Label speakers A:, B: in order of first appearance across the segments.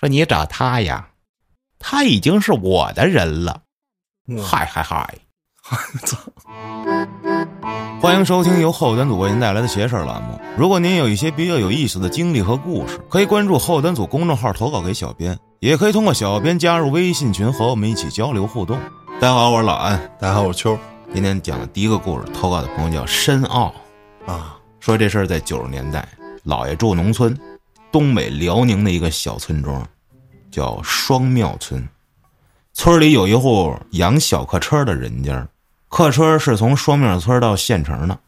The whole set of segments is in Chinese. A: 说你找他呀，他已经是我的人了。
B: 嗯
A: 嗨嗨 嗨！
B: 操！
C: 欢迎收听由后端组为您带来的“邪事儿”栏目。如果您有一些比较有意思的经历和故事，可以关注后端组公众号投稿给小编，也可以通过小编加入微信群和我们一起交流互动。大家好，我是老安。
B: 大家好，我是秋
C: 今天讲的第一个故事，投稿的朋友叫申奥，
B: 啊，
C: 说这事儿在九十年代，姥爷住农村，东北辽宁的一个小村庄，叫双庙村。村里有一户养小客车的人家，客车是从双庙村到县城的，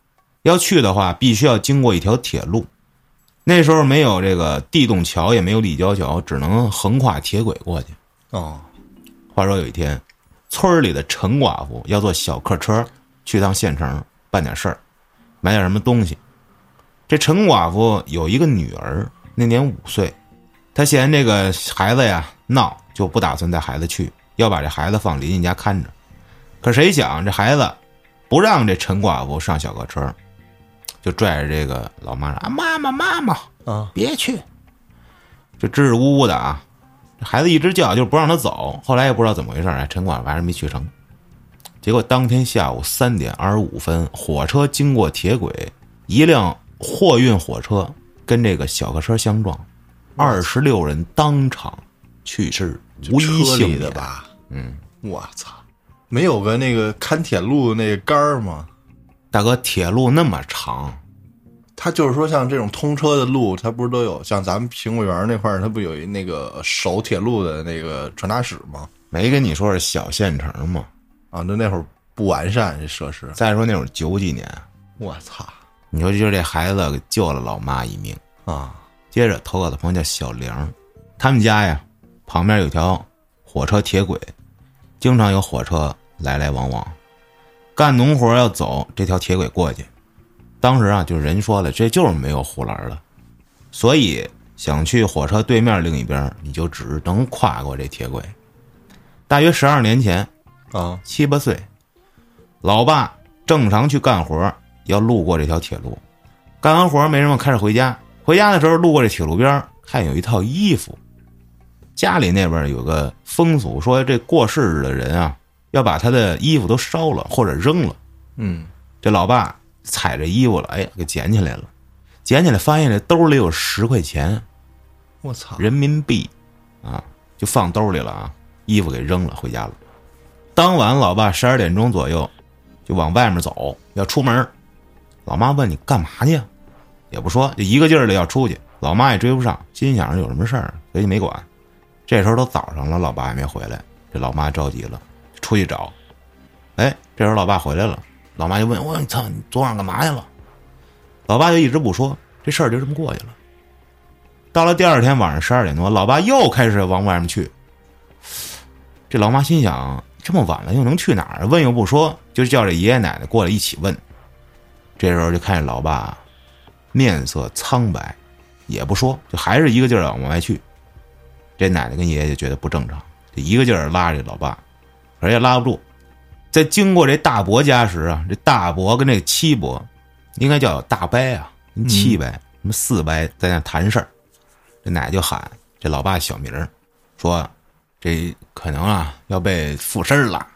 C: 要去的话必须要经过一条铁路。那时候没有这个地洞桥，也没有立交桥，只能横跨铁轨过去。
B: 哦，
C: 话说有一天，村里的陈寡妇要坐小客车去趟县城办点事儿，买点什么东西。这陈寡妇有一个女儿，那年五岁，她嫌这个孩子呀闹，就不打算带孩子去，要把这孩子放邻居家看着。可谁想这孩子不让这陈寡妇上小客车，就拽着这个老妈说：“啊，妈妈，妈妈，
B: 啊，
C: 别去。就支支吾吾的啊，这孩子一直叫，就是不让他走。后来也不知道怎么回事，哎，陈管还是没去成。结果当天下午三点二十五分，火车经过铁轨，一辆货运火车跟这个小客车相撞，二十六人当场去世，无一
B: 车
C: 幸
B: 里
C: 免
B: 的？吧？嗯，我操，没有个那个看铁路那个杆儿吗？
C: 大哥，铁路那么长，
B: 它就是说，像这种通车的路，它不是都有？像咱们苹果园那块儿，它不有一那个呃守铁路的那个传达室吗？
C: 没跟你说是小县城吗？
B: 啊，那那会儿不完善这设施，
C: 再说那会儿九几年，
B: 我操
C: 你说就这孩子给救了老妈一命。
B: 啊！
C: 接着投稿的朋友叫小玲，他们家呀旁边有条火车铁轨，经常有火车来来往往。干农活要走这条铁轨过去，当时啊就人说了，这就是没有护栏了，所以想去火车对面另一边，你就只能跨过这铁轨。大约十二年前，
B: 啊，
C: 七八岁，老爸正常去干活，要路过这条铁路，干完活没什么，开始回家。回家的时候路过这铁路边儿，看有一套衣服。家里那边儿有个风俗，说这过世的人啊，要把他的衣服都烧了或者扔了。
B: 嗯，
C: 这老爸踩着衣服了，哎，给捡起来了，捡起来发现这兜里有十块钱
B: 我操，
C: 人民币，啊，就放兜里了啊，衣服给扔了，回家了。当晚，老爸十二点钟左右就往外面走，要出门儿。老妈问你干嘛去啊，也不说，就一个劲儿的要出去。老妈也追不上，心想着有什么事儿，所以没管。这时候都早上了，老爸还没回来，这老妈着急了，出去找。哎，这时候老爸回来了，老妈就问：“我操，你昨晚干嘛去了？”老爸就一直不说，这事儿就这么过去了。到了第二天晚上十二点多，老爸又开始往外面去。这老妈心想：这么晚了又能去哪儿？问又不说，就叫这爷爷奶奶过来一起问。这时候就看见老爸面色苍白，也不说，就还是一个劲儿地往外去。这奶奶跟爷爷就觉得不正常，就一个劲儿拉着老爸，而且拉不住。在经过这大伯家时啊，这大伯跟这七伯，应该叫大伯啊，跟七伯、什么四伯在那谈事儿。这奶就喊这老爸小名儿，说这可能啊要被附身儿了，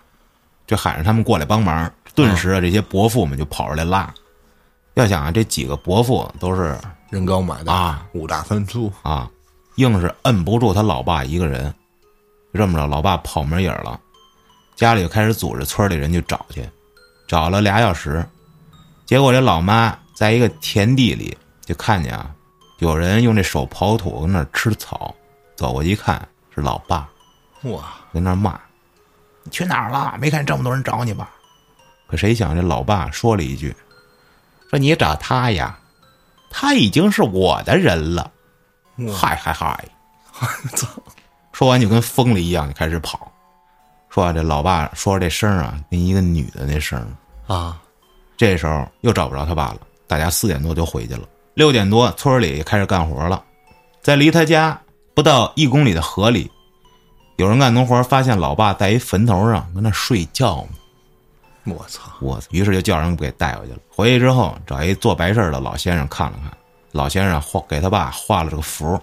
C: 就喊着他们过来帮忙。顿时啊，这些伯父们就跑出来拉。要想啊，这几个伯父都是
B: 人高马大
C: 啊，
B: 五大三粗，
C: 啊，硬是摁不住他老爸一个人。就这么着，老爸跑没影儿了，家里就开始组织村里人去找去，找了俩小时，结果这老妈在一个田地里就看见啊，有人用这手刨土跟那儿吃草，走过去一看是老爸，
B: 哇，
C: 跟那儿骂：“你去哪儿了？没看这么多人找你吧？”可谁想这老爸说了一句：“说你找他呀，他已经是我的人了。”嗨嗨嗨！
B: 嗯操，
C: 说完就跟疯了一样就开始跑。说完这老爸说这声儿啊，跟一个女的那声儿。
B: 啊，
C: 这时候又找不着他爸了，大家四点多就回去了。六点多，村里也开始干活了，在离他家不到一公里的河里，有人干农活，发现老爸在一坟头上跟那睡觉呢。
B: 我操，
C: 我操！于是就叫人给带回去了。回去之后，找一做白事儿的老先生看了看，老先生画给他爸画了这个符，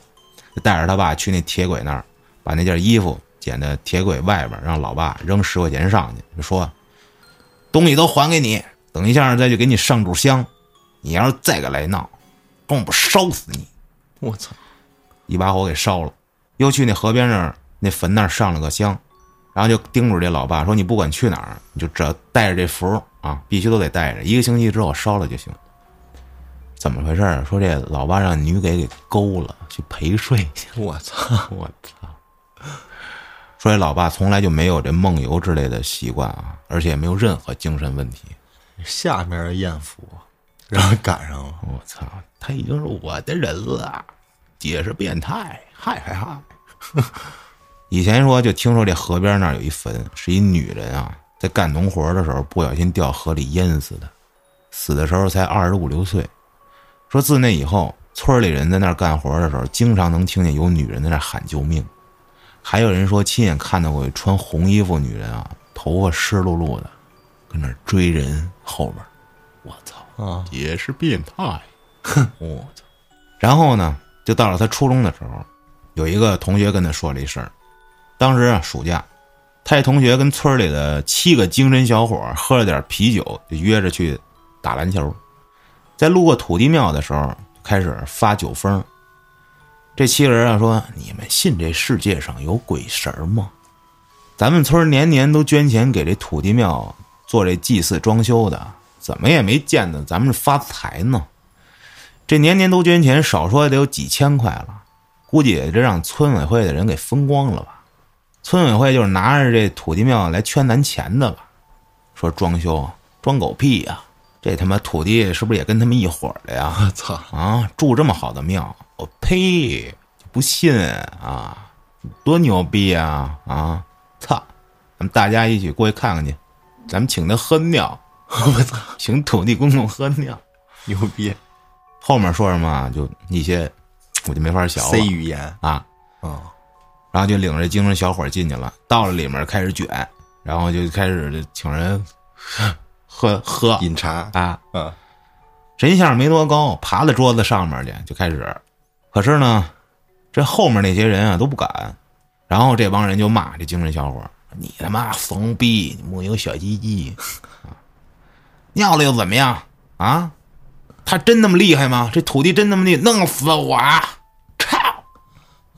C: 就带着他爸去那铁轨那儿，把那件衣服捡到铁轨外边，让老爸扔十块钱上去，就说东西都还给你，等一下再去给你上炷香，你要是再敢来闹，跟我烧死你！
B: 我操，
C: 一把火给烧了，又去那河边那儿那坟那儿上了个香，然后就叮嘱这老爸说：“你不管去哪儿，你就只要带着这符啊，必须都得带着，一个星期之后烧了就行。”怎么回事儿？说这老爸让女给给勾了，去陪睡去。
B: 我操，
C: 我操！说这老爸从来就没有这梦游之类的习惯啊，而且也没有任何精神问题。
B: 下面的艳福，然后赶上了，
C: 我操，他已经是我的人了，也是变态，嗨嗨嗨！ 以前说就听说这河边那儿有一坟，是一女人啊，在干农活的时候不小心掉河里淹死的，死的时候才二十五六岁。说自那以后，村里人在那儿干活的时候，经常能听见有女人在那儿喊救命，还有人说亲眼看到过有穿红衣服女人啊，头发湿漉漉的，跟那儿追人后边儿，我操！
B: 啊，
A: 也是变态。
C: 我操！然后呢，就到了他初中的时候，有一个同学跟他说了一事儿。当时啊，暑假，他这同学跟村里的七个精神小伙儿喝了点啤酒，就约着去打篮球。在路过土地庙的时候，开始发酒疯。这七个人啊说：“你们信这世界上有鬼神儿吗？咱们村儿年年都捐钱给这土地庙做这祭祀装修的，怎么也没见着咱们发财呢。”这年年都捐钱，少说也得有几千块了，估计也得让村委会的人给分光了吧。村委会就是拿着这土地庙来圈咱钱的吧？说装修装狗屁呀、这他妈土地是不是也跟他们一伙儿的呀？
B: 我操，
C: 啊，住这么好的庙，我呸，不信啊，多牛逼啊啊！操，咱们大家一起过去看看去，咱们请他喝 尿，
B: 我操，
C: 请土地公公喝尿。
B: 牛逼
C: 后面说什么啊就一些，我就没法想
B: ，C
C: 了
B: 语言
C: 啊。
B: 啊，
C: 然后就领着这精神小伙进去了，到了里面开始卷，然后就开始请人喝喝
B: 饮茶
C: 啊，
B: 啊，
C: 人像没多高，爬到桌子上面去就开始。可是呢，这后面那些人啊都不敢，然后这帮人就骂这精神小伙儿：“你他妈怂逼，你木有小鸡鸡，啊尿了又怎么样啊？他真那么厉害吗？这土地真那么厉害，弄死我啊！ 操！”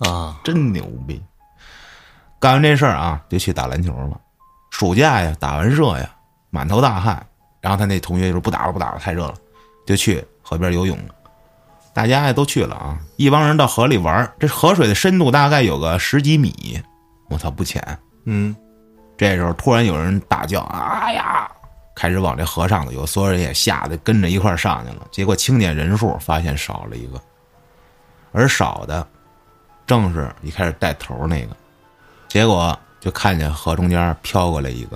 B: 啊，
C: 真牛逼！干完这事儿啊，就去打篮球了。暑假呀，打完热呀，满头大汗。然后他那同学就说不打了，不打了，太热了，就去河边游泳。大家呀都去了啊，一帮人到河里玩儿。这河水的深度大概有个十几米，我操，不浅。
B: 嗯，
C: 这时候突然有人大叫：“哎呀！”开始往这河上头游，所有人也吓得跟着一块儿上去了。结果清点人数发现少了一个，而少的正是一开始带头那个。结果就看见河中间飘过来一个，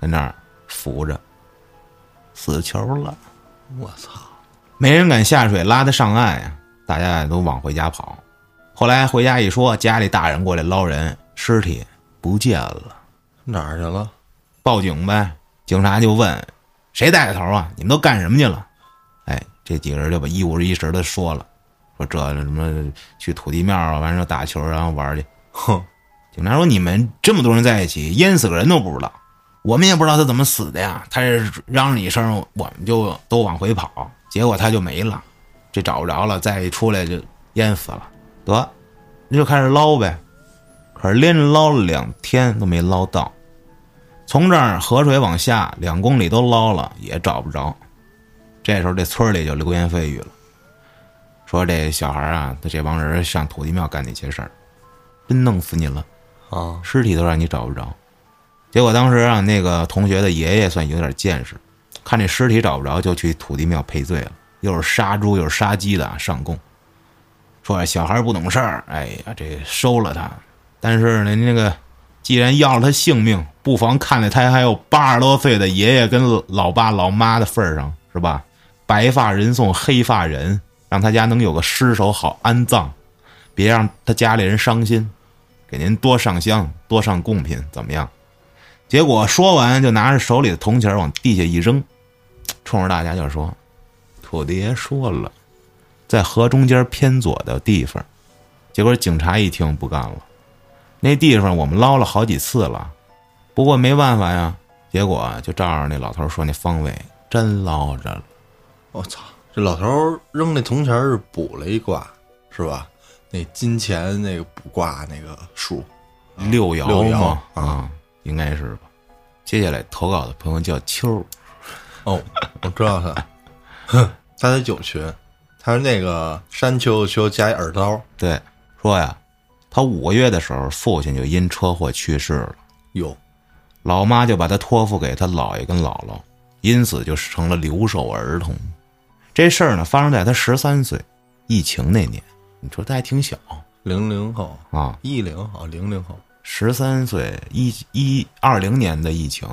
C: 在那儿扶着，死球了。
B: 我操，
C: 没人敢下水拉他上岸呀，大家都往回家跑。后来回家一说，家里大人过来捞人，尸体不见了。
B: 哪儿去了？
C: 报警呗。警察就问谁带的头啊？你们都干什么去了？哎，这几个人就把一五一十的说了，说这什么去土地庙啊，完了打球，然后玩去。
B: 哼，
C: 警察说你们这么多人在一起，淹死个人都不知道，我们也不知道他怎么死的呀。他是嚷嚷一声，我们就都往回跑，结果他就没了，这找不着了，再一出来就淹死了。得，那就开始捞呗。可是连着捞了两天都没捞到，从这儿河水往下两公里都捞了，也找不着。这时候这村里就流言蜚语了，说这小孩啊，他这帮人上土地庙干那些事儿，真弄死你了。
B: 啊，
C: 尸体都让你找不着。结果当时啊，那个同学的爷爷算有点见识，看这尸体找不着，就去土地庙赔罪了，又是杀猪又是杀鸡的啊上供，说哎小孩不懂事儿，哎呀，这收了他。但是呢，那个既然要了他性命，不妨看在他还有八十多岁的爷爷跟老爸老妈的份儿上，是吧？白发人送黑发人，让他家能有个尸首好安葬，别让他家里人伤心。给您多上香，多上贡品，怎么样？结果说完就拿着手里的铜钱儿往地下一扔，冲着大家就说：“土地爷说了，在河中间偏左的地方结果警察一听不干了，那地方我们捞了好几次了，不过没办法呀，结果就照着那老头说那方位，真捞着了。
B: 我操，这老头儿扔那铜钱儿是卜了一卦，是吧？那金钱那个卜卦那个数，
C: 六爻
B: 啊六爻
C: 嘛
B: 啊
C: 啊，应该是吧。接下来投稿的朋友叫秋儿，
B: 哦，我知道他，他在九群，他是那个山丘丘加一耳刀，
C: 对，说呀，他五个月的时候，父亲就因车祸去世了，
B: 哟，
C: 老妈就把他托付给他姥爷跟姥姥，因此就成了留守儿童。这事儿呢，发生在他十三岁，疫情那年。你说他还挺小
B: 零零后，
C: 啊，
B: 一零后，零零后
C: 十三岁，一一二零年的疫情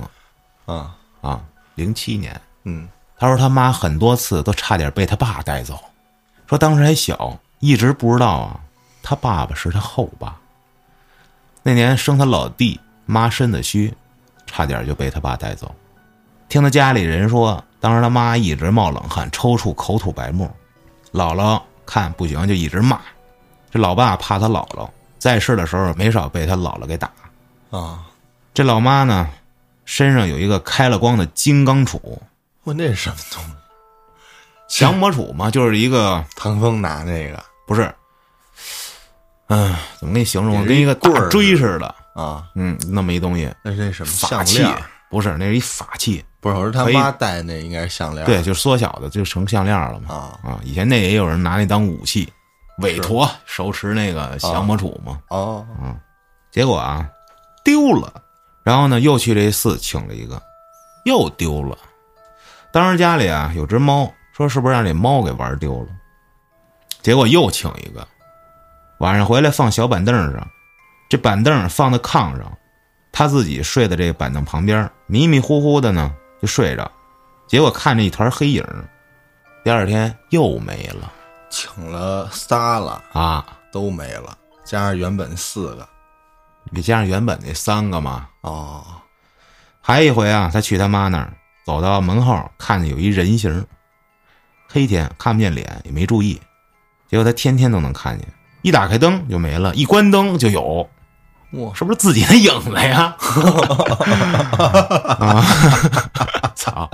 B: 啊，
C: 啊，零七年，
B: 嗯，
C: 他说他妈很多次都差点被他爸带走，说当时还小，一直不知道啊，他爸爸是他后爸。那年生他老弟，妈身子虚，差点就被他爸带走。听他家里人说，当时他妈一直冒冷汗，抽搐，口吐白沫。姥姥看不行就一直骂，这老爸怕他姥姥，在世的时候没少被他姥姥给打。
B: 啊，
C: 这老妈呢，身上有一个开了光的金刚杵，
B: 我那是什么东西？
C: 降魔杵嘛，就是一个
B: 唐风拿那个
C: 不是，嗯，怎么给你形容？
B: 也是
C: 跟
B: 一
C: 一个
B: 棍
C: 大
B: 儿
C: 锥似的，
B: 啊，
C: 嗯，那么一东西，
B: 那是那什么
C: 法
B: 项
C: 器
B: 链儿？
C: 不是，那是一法器，
B: 不是，我说他
C: 可以
B: 妈戴那应该是项链儿，
C: 对，就缩小的就成项链了嘛。
B: 啊，
C: 啊，以前那也有人拿那当武器，韦陀手持那个
B: 啊
C: 降魔杵嘛，
B: 哦，
C: 结果啊丢了，然后呢又去这寺请了一个，又丢了。当时家里啊有只猫，说是不是让这猫给玩丢了，结果又请一个。晚上回来放小板凳上，这板凳放在炕上，他自己睡在这个板凳旁边，迷迷糊糊的呢就睡着，结果看着一团黑影儿，第二天又没了
B: 请了仨了，
C: 啊！
B: 都没了，加上原本四个，
C: 你加上原本那三个嘛，
B: 哦，
C: 还有一回啊，他去他妈那儿，走到门后看见有一人形儿，黑天看不见脸，也没注意，结果他天天都能看见，一打开灯就没了，一关灯就有，
B: 哇，
C: 是不是自己的影子呀？ 啊， 操！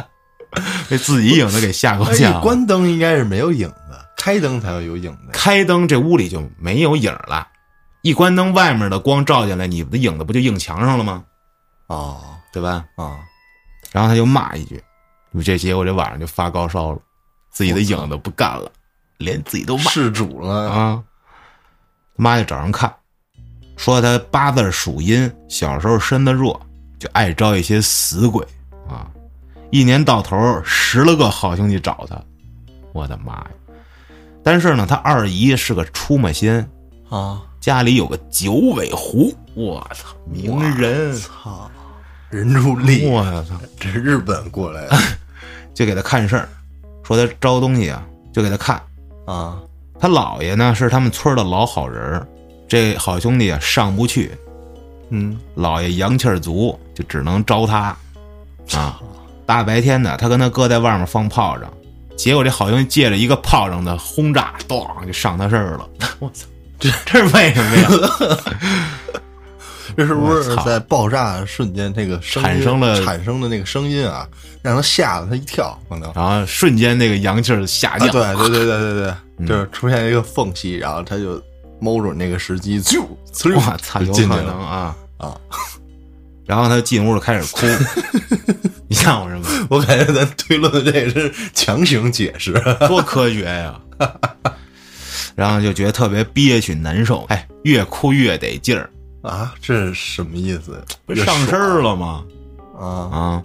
C: 被自己影子给吓够
B: 那
C: 呛
B: 一。关灯应该是没有影子，开灯才会有影子。
C: 开灯，这屋里就没有影儿了。一关灯，外面的光照进来，你的影子不就映墙上了吗？
B: 哦
C: 对吧？
B: 啊，
C: 然后他就骂一句，这结果这晚上就发高烧了，自己的影子不干了，连自己都骂
B: 事主了，
C: 啊。他妈就找人看，说他八字属阴，小时候身子弱，就爱招一些死鬼啊，一年到头十来个好兄弟找他，我的妈呀！但是呢，他二姨是个出马仙，
B: 啊，
C: 家里有个九尾狐，我操，名人，
B: 操，人助力，
C: 我操！
B: 这是日本过 来的
C: 就给他看事儿，说他招东西啊，就给他看。
B: 啊，
C: 他姥爷呢是他们村儿的老好人儿，这好兄弟啊上不去，
B: 嗯，
C: 姥爷阳气儿足，就只能招他啊。大白天的，他跟他哥在外面放炮仗，结果这好兄弟借着一个炮仗的轰炸，咣就上他身儿了。 我操，这这是为什么呀？
B: 这是不是
C: 我操
B: 在爆炸的瞬间那个声音
C: 产生了
B: 产生的那个声音啊，让他吓了他一跳，可能。啊，
C: 然后瞬间那个阳气儿下
B: 对
C: 降，
B: 啊 对对对对
C: 嗯
B: 对，就是出现一个缝隙，然后他就摸准那个 时机，就
C: 我操，有
B: 进去
C: 可能
B: 了。
C: 啊
B: 啊！
C: 然后他进屋就开始 哭，你像我什么？
B: 我感觉咱推论的这个是强行解释，
C: 多科学呀！然后就觉得特别憋屈难受，哎，越哭越得劲儿，
B: 啊，这是什么意思？
C: 不是上身儿了吗？
B: 啊
C: 啊！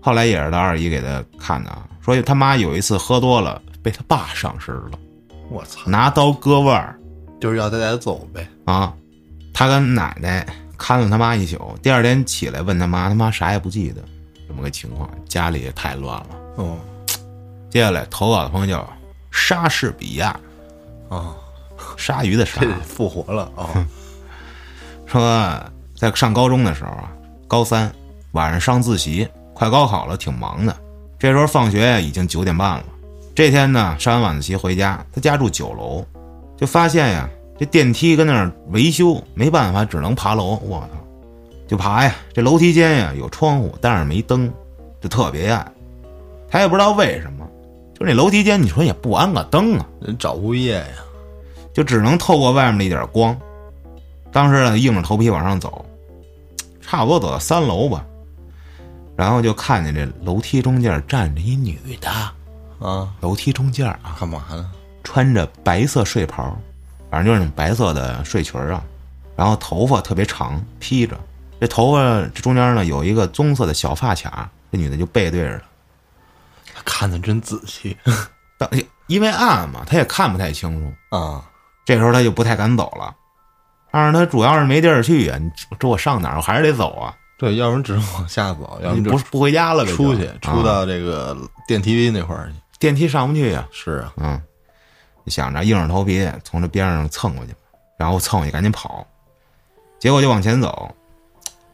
C: 后来也是他二姨给他看的，啊，说他妈有一次喝多了被他爸上身了，
B: 我操，
C: 拿刀割腕儿
B: 就是要带他走呗。
C: 啊！他跟奶奶看了他妈一宿，第二天起来问他妈，他妈啥也不记得，这么个情况，家里也太乱了。
B: 嗯
C: 接下来投稿的朋友叫莎士比亚，
B: 啊，
C: 鲨鱼的鲨
B: 这，得复活了啊！
C: 说在上高中的时候啊，高三晚上上自习，快高考了，挺忙的。这时候放学已经九点半了。这天呢，上完晚自习回家，他家住九楼，就发现呀，这电梯跟那儿维修，没办法，只能爬楼。我操，就爬呀！这楼梯间呀有窗户，但是没灯，就特别暗。他也不知道为什么，就那楼梯间，你说也不安个灯啊，
B: 人找物业呀，
C: 就只能透过外面的一点光。当时呢，硬着头皮往上走，差不多走到三楼吧，然后就看见这楼梯中间站着一女的，
B: 啊，
C: 楼梯中间啊，
B: 干嘛呢？
C: 穿着白色睡袍，反正就是那种白色的睡裙儿啊，然后头发特别长披着，这头发这中间呢有一个棕色的小发卡，这女的就背对着她，
B: 看的真仔细
C: 当因为暗嘛，她也看不太清楚，
B: 啊，
C: 这时候她就不太敢走了，但是她主要是没地儿去啊，你这这我上哪儿？我还是得走啊，
B: 对，要不然只能往下走，要
C: 你
B: 就
C: 不是不回家了呗就，
B: 出去，出
C: 啊
B: 到这个电梯那块儿去。
C: 电梯上不去呀、
B: 是啊，
C: 嗯，就想着硬着头皮从这边上蹭过去，然后蹭过去赶紧跑，结果就往前走，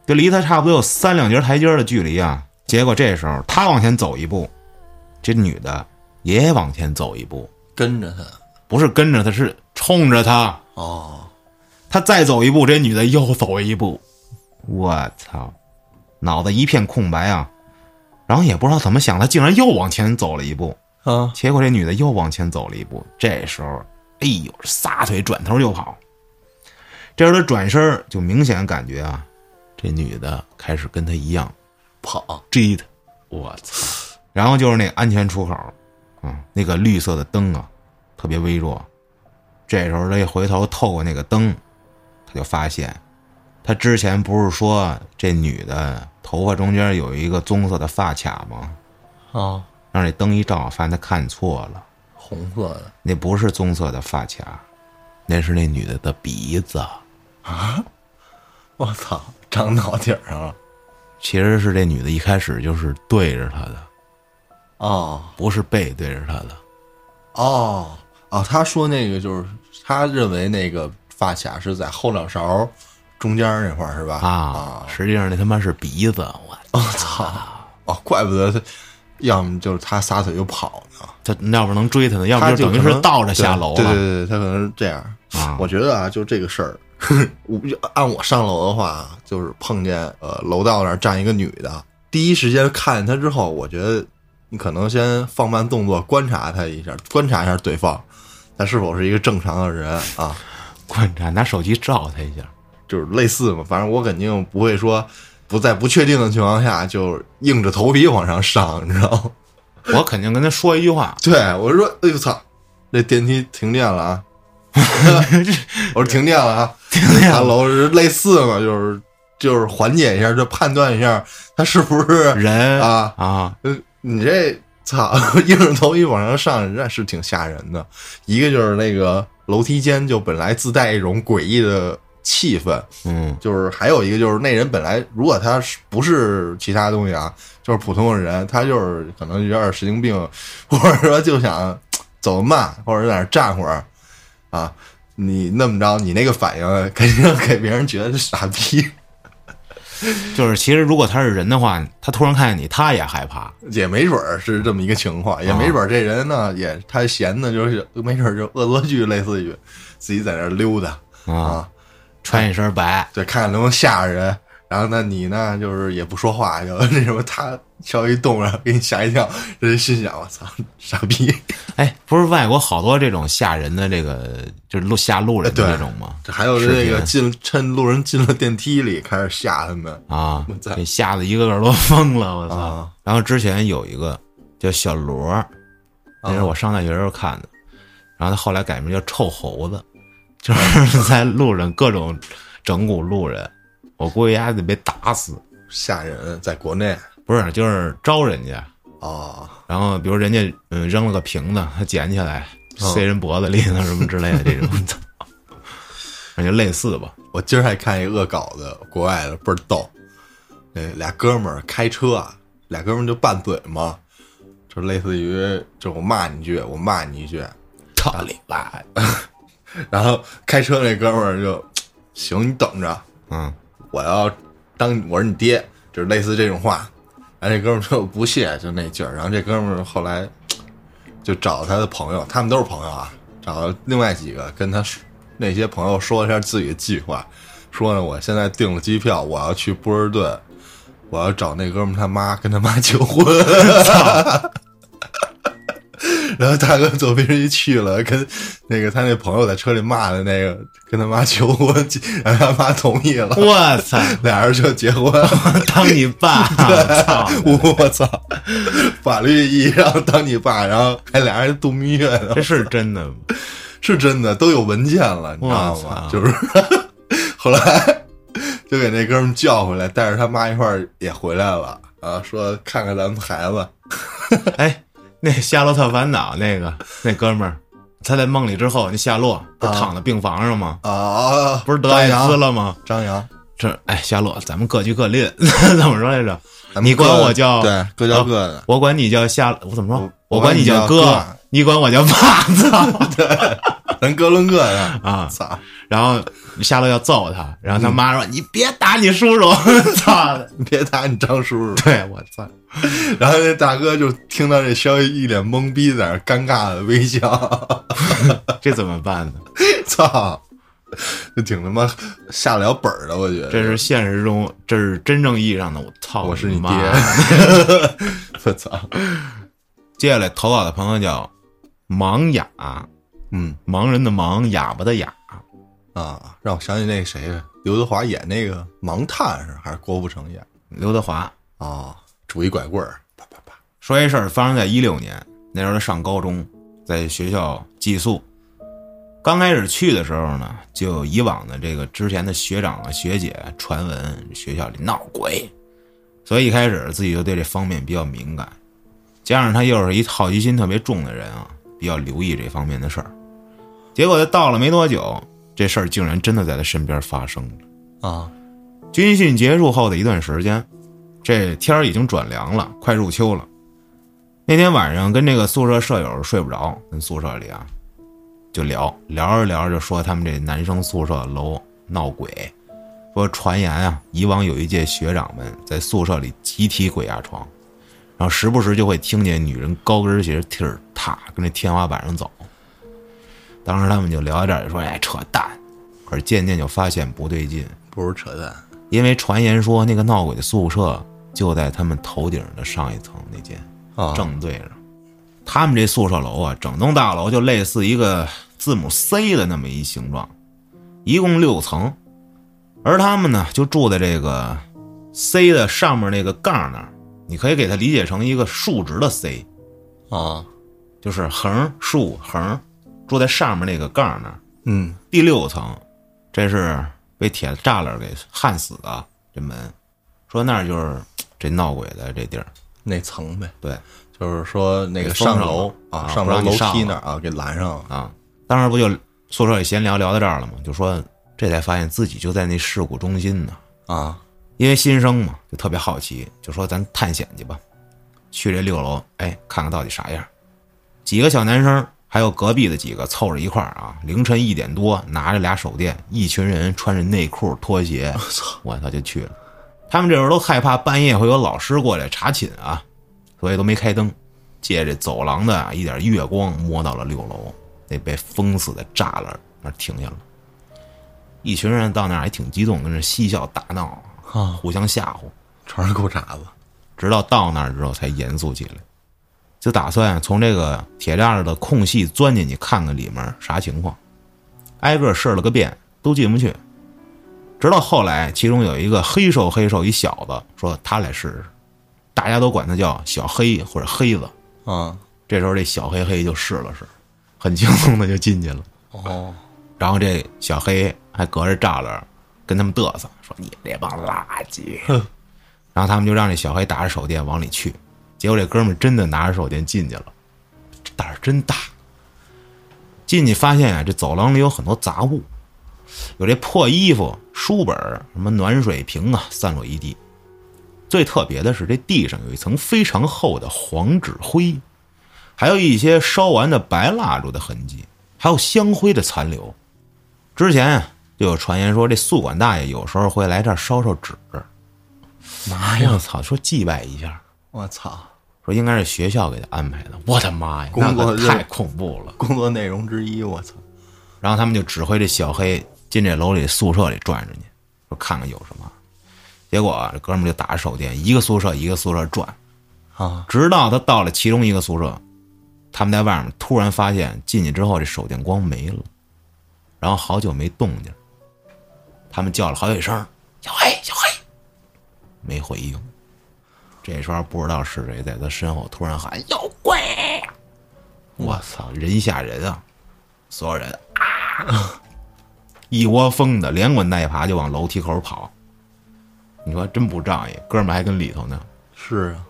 C: 就离他差不多有三两节台阶的距离啊。结果这时候他往前走一步，这女的也往前走一步，
B: 跟着他。
C: 不是跟着他，是冲着他。
B: 哦，
C: 他再走一步，这女的又走一步，我操，脑子一片空白啊！然后也不知道怎么想，他竟然又往前走了一步。
B: 啊，
C: 结果这女的又往前走了一步，这时候，哎呦，撒腿转头就跑。这时候她转身儿就明显感觉啊，这女的开始跟她一样
B: 跑，
C: 追她，我操！然后就是那安全出口，啊、那个绿色的灯啊，特别微弱。这时候她一回头透过那个灯，她就发现，她之前不是说这女的头发中间有一个棕色的发卡吗？
B: 啊，
C: 让这灯一照，发现她看错了。
B: 红色的
C: 那不是棕色的发卡，那是那女的的鼻子，
B: 啊，我操，长脑顶上了。
C: 其实是这女的一开始就是对着他的，
B: 哦
C: 不是背对着他的。
B: 哦哦，他说那个就是他认为那个发卡是在后脑勺中间那块儿是吧？
C: 啊，实际上那他妈是鼻子，我
B: 我操！哦，怪不得他，要么就是他撒腿就跑呢，
C: 他要不能追他呢，要不
B: 他
C: 就
B: 就
C: 等于
B: 可
C: 是
B: 能
C: 倒着下楼了。
B: 对对对对，他可能是这样。
C: 啊
B: 我觉得啊，就这个事儿，我就按我上楼的话，啊就是碰见呃楼道那儿站一个女的，第一时间看见她之后，我觉得你可能先放慢动作，观察她一下，观察一下对方，她是否是一个正常的人啊，
C: 观察，拿手机照他一下。
B: 就是类似嘛。反正我肯定不会说不在不确定的情况下就硬着头皮往上上，你知道吗？，
C: 我肯定跟他说一句话
B: 对，我说，哎呦操，那电梯停电了 啊！我说停电了啊！看楼是类似嘛，就是就是缓解一下，就判断一下他是不是
C: 人
B: 啊？
C: 啊，
B: 呃你这操， 硬着头皮往上上，那是挺吓人的。一个就是那个楼梯间就本来自带一种诡异的气氛，
C: 嗯，
B: 就是还有一个就是那人本来如果他是不是其他东西啊，就是普通的人，他就是可能有点神经病，或者说就想走得慢，或者在那儿站会儿啊，你那么着，你那个反应肯定给别人觉得是傻逼，
C: 就是其实如果他是人的话，他突然看见你，他也害怕。
B: 也没准儿是这么一个情况，也没准儿这人呢也他闲的，就是没准儿就恶作剧，类似于自己在那儿溜达啊，
C: 穿一身白，
B: 对，看看能不能吓着人。然后呢，你呢就是也不说话，就那什么，他稍微一动，然后给你吓一跳，人心想我操，傻逼，
C: 哎，不是外国好多这种吓人的这个，就是路吓路人的
B: 哎对
C: 这种吗？
B: 这还有
C: 视频
B: 这个进趁路人进了电梯里开始吓他们
C: 啊
B: 我，操
C: 给吓得一个个都 疯了，我操！
B: 啊
C: 然后之前有一个叫小罗儿，那是我上大学时候看的，然后他后来改名叫臭猴子， 就是在路人各种整蛊路人，我估计丫得被打死，
B: 吓人，在国内
C: 不是就是招人家，
B: 哦，
C: 然后比如人家嗯扔了个瓶子，他捡起来塞人脖子里头什么之类的这种， 操感觉类似吧？
B: 我今儿还看一恶搞的，国外的倍儿逗。那俩哥们儿开车啊，俩哥们儿就拌嘴嘛，就类似于就我骂你一句，我骂你一句，
C: 操你妈！
B: 然后开车那哥们儿就行，你等着，
C: 嗯，
B: 我要当我是你爹，就是类似这种话。然后这哥们儿说我不屑，就那劲儿。然后这哥们儿后来就找他的朋友，他们都是朋友啊，找另外几个跟他说那些朋友说一下自己的计划，说呢，我现在订了机票，我要去波士顿，我要找那哥们他妈跟他妈求婚。 然后大哥左边一去了，跟那个他那朋友在车里骂的那个跟他妈求婚，然后他妈同意了，
C: 我操！
B: 俩人就结婚 了。
C: 当你爸，操！
B: 我操！法律意义上当你爸，然后还俩人度蜜月呢
C: 这，是真的吗？
B: 是真的，都有文件了，你知道吗
C: 我操？
B: 就是 后来就给那哥们叫回来，带着他妈一块儿也回来了啊，说看看咱们孩子。
C: 哎，那夏洛特烦恼那个那哥们儿，他在梦里之后，那夏洛不是
B: 啊
C: 躺在病房上吗？
B: 啊啊，
C: 不是得艾滋
B: 张扬，
C: 了吗？
B: 张扬，
C: 这哎，夏洛，咱们各据各吝， 怎么说来着？
B: 咱们
C: 你管
B: 各
C: 我叫啊
B: 对，各叫各的。
C: 我管你叫夏，我怎么说？
B: 我
C: 我管你叫
B: 我
C: 哥
B: 管，
C: 你管我叫爸， 操
B: 咱各论各的。
C: 啊！
B: 操，
C: 然后夏洛要揍他，然后
B: 嗯
C: 他妈说：“你别打你叔 叔！”操！
B: 你别打你张叔叔。
C: 对我操！
B: 然后那大哥就听到这消息，一脸懵逼，在那儿尴尬的微笑。
C: 这怎么办呢？
B: 操，这挺他妈下不了本儿的，我觉得。
C: 这是现实中，这是真正意义上的我操！
B: 我是你爹
C: 妈！
B: 我操，
C: 接下来投稿的朋友叫盲哑，
B: 嗯
C: 盲人的盲，哑巴的哑，
B: 啊，让我想起那个谁，刘德华演那个盲探是还是郭富城演
C: 刘德华。
B: 啊？拄一拐棍儿，啪啪啪，
C: 说一事儿发生在一六年，那时候他上高中，在学校寄宿。刚开始去的时候呢，就有以往的这个之前的学长啊学姐传闻学校里闹鬼，所以一开始自己就对这方面比较敏感，加上他又是一好奇心特别重的人啊，比较留意这方面的事儿。结果他到了没多久，这事儿竟然真的在他身边发生了。
B: 啊
C: 军训结束后的一段时间，这天儿已经转凉了，快入秋了。那天晚上跟这个宿舍舍友睡不着，跟宿舍里啊就聊聊着聊着就说他们这男生宿舍楼闹鬼，说传言啊，以往有一届学长们在宿舍里集体鬼压床，然后时不时就会听见女人高跟鞋踢儿踏跟这天花板上走。当时他们就聊到这儿，就说哎扯淡，可是渐渐就发现不对劲，
B: 不如扯淡。
C: 因为传言说那个闹鬼的宿舍就在他们头顶的上一层那间，
B: 啊
C: 正对着。他们这宿舍楼啊，整栋大楼就类似一个字母 C 的那么一形状，一共六层，而他们呢就住在这个 C 的上面那个杠那儿，你可以给它理解成一个竖直的 C。
B: 啊，
C: 就是横竖横，住在上面那个杠那儿。
B: 嗯
C: 第六层，这是被铁栅栏给焊死的这门，说那儿就是这闹鬼的这地儿。
B: 那层呗，
C: 对
B: 就是说那个
C: 给封上
B: 上楼
C: 了啊
B: 上
C: 不
B: 楼
C: 让你
B: 楼
C: 上
B: 梯
C: 了
B: 那儿啊，给拦上了。
C: 啊，当时不就宿舍里闲聊聊到这儿了吗？就说这才发现自己就在那事故中心呢。
B: 啊
C: 因为新生嘛，就特别好奇，就说咱探险去吧，去这六楼，哎，看看到底啥样。几个小男生，还有隔壁的几个凑着一块儿啊，凌晨一点多，拿着俩手电，一群人穿着内裤拖鞋，我操，我操就去了。他们这时候都害怕半夜会有老师过来查寝啊，所以都没开灯，借着走廊的一点月光摸到了六楼那被封死的栅栏那儿停下了。一群人到那儿还挺激动，跟那儿嬉笑打闹，
B: 啊，
C: 互相吓唬，
B: 穿上裤衩子
C: 直到到那儿之后才严肃起来，就打算从这个铁栅栏的空隙钻进去看看里面啥情况，挨个试了个遍都进不去，直到后来其中有一个黑瘦黑瘦一小子说他来试试，大家都管他叫小黑或者黑子，
B: 啊，
C: 这时候这小黑黑就试了试，很轻松的就进去了。
B: 哦，
C: 然后这小黑还隔着栅栏跟他们嘚瑟，说你这帮垃圾。然后他们就让这小黑打着手电往里去，结果这哥们儿真的拿着手电进去了，这胆儿真大。进去发现啊，这走廊里有很多杂物，有这破衣服、书本儿、什么暖水瓶啊，散落一地。最特别的是，这地上有一层非常厚的黄纸灰，还有一些烧完的白蜡烛的痕迹，还有香灰的残留。之前啊就有传言说，这宿管大爷有时候会来这儿烧烧纸。
B: 妈
C: 哎！呀，操！说祭拜一下，
B: 我操，
C: 说应该是学校给他安排的。我的妈呀，
B: 工
C: 那
B: 作
C: 个
B: 日
C: 太恐怖了！
B: 工作内容之一，我操！
C: 然后他们就指挥这小黑进这楼里宿舍里转转去，说看看有什么。结果啊这哥们儿就打着手电，一个宿舍一个宿舍转，
B: 啊，
C: 直到他到了其中一个宿舍，他们在外面突然发现进去之后这手电光没了，然后好久没动静，他们叫了好几声“小黑，小黑”，没回应。这时候不知道是谁在他身后突然喊“有鬼”，我操，人吓人啊！所有人啊， 一窝蜂的连滚带爬就往楼梯口跑。你说真不仗义，哥们儿还跟里头呢。
B: 是啊，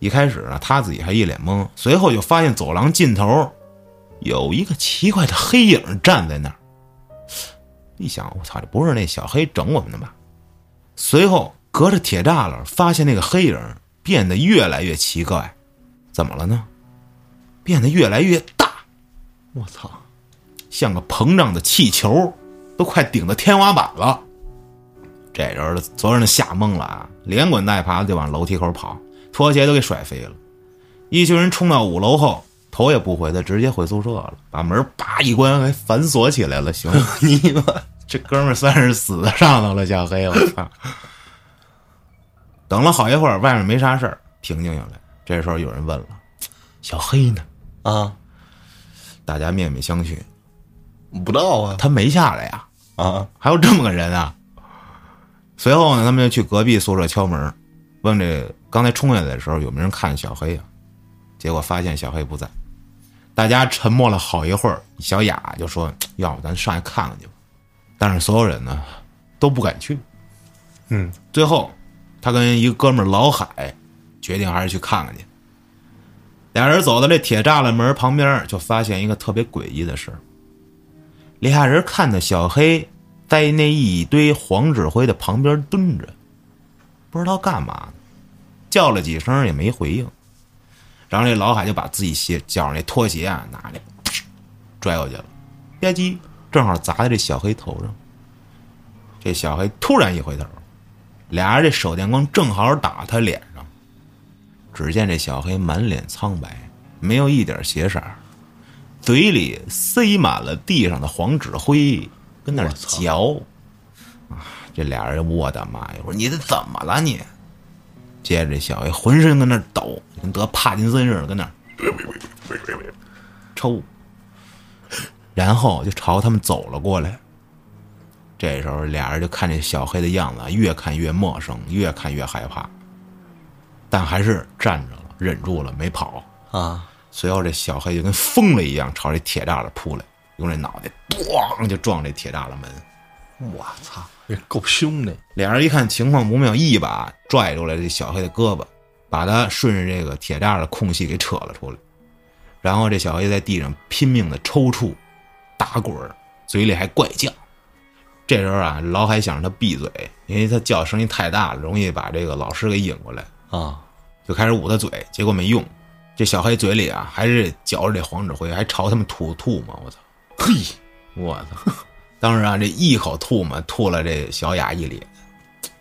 C: 一开始呢，他自己还一脸懵，随后就发现走廊尽头有一个奇怪的黑影站在那儿。一想，我操，这不是那小黑整我们的吧？随后隔着铁栅栏，发现那个黑影变得越来越奇怪，怎么了呢？变得越来越大，
B: 我操，
C: 像个膨胀的气球，都快顶到天花板了。这时候，所有人都吓懵了啊，连滚带爬的就往楼梯口跑，拖鞋都给甩飞了。一群人冲到五楼后，头也不回的直接回宿舍了，把门叭一关，还反锁起来了。行，
B: 你妈
C: 这哥们儿算是死在上头了，小黑，我操！等了好一会儿，外面没啥事儿，平静下来。这时候有人问了：“小黑呢
B: 啊，？”
C: 大家面面相觑，
B: 不到啊
C: 他没下来呀、
B: 啊，
C: 还有这么个人啊！随后呢，他们就去隔壁宿舍敲门，问这刚才冲下来的时候有没有人看见小黑啊？结果发现小黑不在，大家沉默了好一会儿，小雅就说：“要不咱上去看看去吧？”但是所有人呢都不敢去。
B: 嗯，
C: 最后，他跟一个哥们儿老海决定还是去看看去。俩人走到这铁栅栏门旁边，就发现一个特别诡异的事儿俩人看着小黑在那一堆黄纸灰的旁边蹲着，不知道干嘛呢，叫了几声也没回应。然后这老海就把自己鞋脚上那拖鞋啊拿来噗拽过去了，吧唧，正好砸在这小黑头上。这小黑突然一回头，俩人这手电光正好打他脸上。只见这小黑满脸苍白，没有一点血色儿，嘴里塞满了地上的黄纸灰，跟那儿
B: 我操
C: 嚼。啊，这俩人，我的妈呀！我说你这怎么了你？接着这小黑浑身跟那儿抖，跟得帕金森似的，跟那儿抽，然后就朝他们走了过来。这时候俩人就看这小黑的样子啊，越看越陌生，越看越害怕，但还是站着了，忍住了，没跑。
B: 啊，
C: 随后这小黑就跟疯了一样，朝这铁栅栏扑来，用这脑袋咣就撞这铁栅栏门。
B: 我操，这哎够凶的，
C: 俩人一看情况不妙，一把拽住了这小黑的胳膊，把他顺着这个铁栅的空隙给扯了出来。然后这小黑在地上拼命的抽搐、打滚儿，嘴里还怪叫。这时候啊，老海想让他闭嘴，因为他叫声音太大了，容易把这个老师给引过来，
B: 啊，
C: 就开始捂他嘴，结果没用。这小黑嘴里啊，还是嚼着这黄纸灰，还朝他们吐吐沫。我操！
B: 嘿，
C: 我操！ 当时啊，这一口吐沫吐了这小雅一脸，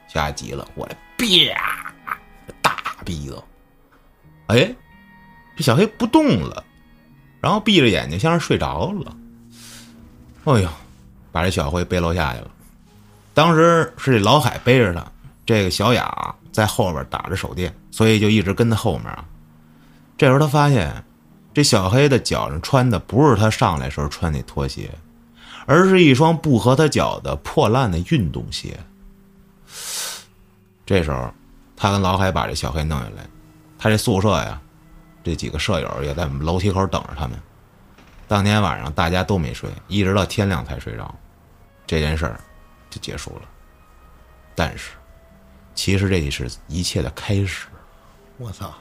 C: 小雅急了，我这啪大鼻子，哎，这小黑不动了，然后闭着眼睛像是睡着了。哎呦，把这小黑背楼下去了。当时是这老海背着他，这个小雅啊在后边打着手电，所以就一直跟他后面啊。这时候他发现这小黑的脚上穿的不是他上来时候穿那拖鞋，而是一双不合他脚的破烂的运动鞋。这时候，他跟老海把这小黑弄下来，他这宿舍呀，这几个舍友也在楼梯口等着他们。当天晚上大家都没睡，一直到天亮才睡着，这件事儿就结束了。但是，其实这也是一切的开始。
B: 我操，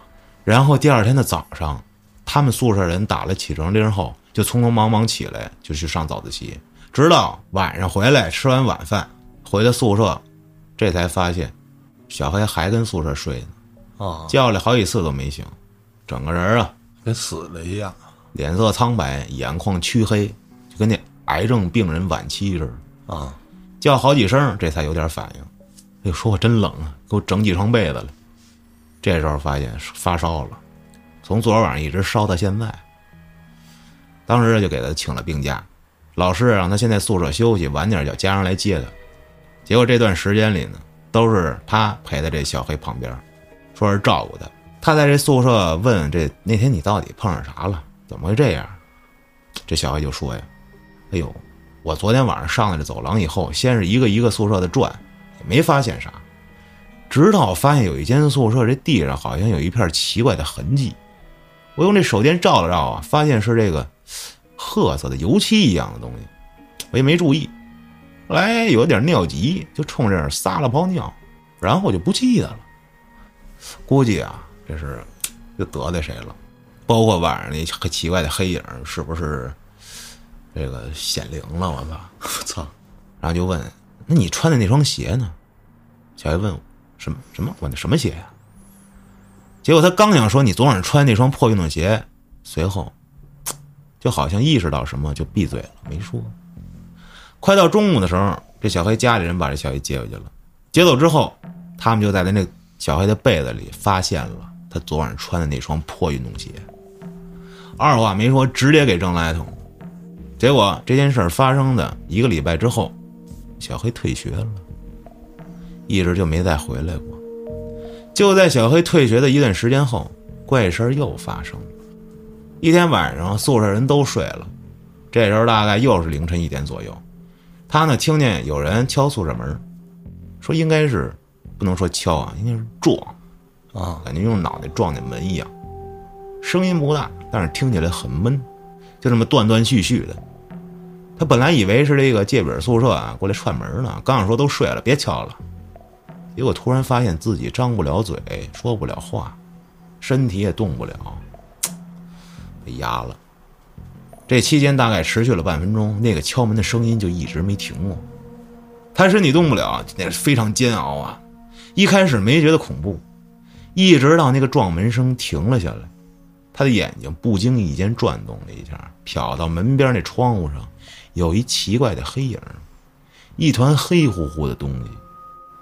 C: 然后第二天的早上，他们宿舍人打了起床铃后，就匆匆忙忙起来，就去上早自习，直到晚上回来吃完晚饭，回到宿舍，这才发现小黑还跟宿舍睡呢，
B: 啊，
C: 叫了好几次都没醒，整个人啊
B: 跟死了一样
C: 脸色苍白，眼眶黢黑，就跟那癌症病人晚期似的。
B: 啊，
C: 叫好几声，这才有点反应。哎呦，说我真冷啊，给我整几床被子来。这时候发现是发烧了，从昨晚上一直烧到现在。当时就给他请了病假，老师让他先在宿舍休息，晚点叫家人来接他。结果这段时间里呢，都是他陪在这小黑旁边，说是照顾他。他在这宿舍问这那天你到底碰上啥了？怎么会这样？这小黑就说呀：“哎呦，我昨天晚上上来这走廊以后，先是一个一个宿舍的转，也没发现啥，直到我发现有一间宿舍这地上好像有一片奇怪的痕迹。我用这手电照了照啊，发现是这个褐色的油漆一样的东西，我也没注意。后来有点尿急，就冲这儿撒了泡尿，然后我就不记得了。估计啊，这是又得罪谁了？包括晚上那很奇怪的黑影，是不是这个显灵了？我操！
B: 我操，
C: 然后就问：“那你穿的那双鞋呢？”小黑问我：“什么什么？我那什么鞋呀、结果他刚想说：“你昨晚上穿那双破运动鞋。”随后，就好像意识到什么，就闭嘴了，没说。快到中午的时候，这小黑家里人把这小黑接回去了。接走之后，他们就在那那小黑的被子里发现了他昨晚上穿的那双破运动鞋。二话没说，直接给扔垃圾桶。结果这件事儿发生的一个礼拜之后，小黑退学了，一直就没再回来过。就在小黑退学的一段时间后，怪事儿又发生了。一天晚上，宿舍人都睡了，这时候大概又是凌晨一点左右，他呢听见有人敲宿舍门，说应该是不能说敲啊，应该是撞，
B: 啊，
C: 感觉用脑袋撞那门一样，声音不大，但是听起来很闷，就这么断断续续的。他本来以为是这个借本宿舍啊过来串门呢，刚想说都睡了，别敲了，结果突然发现自己张不了嘴，说不了话，身体也动不了，被压了。这期间大概持续了半分钟，那个敲门的声音就一直没停过。他身体动不了，那是非常煎熬啊。一开始没觉得恐怖，一直到那个撞门声停了下来，他的眼睛不经意间转动了一下，瞟到门边那窗户上，有一奇怪的黑影，一团黑乎乎的东西，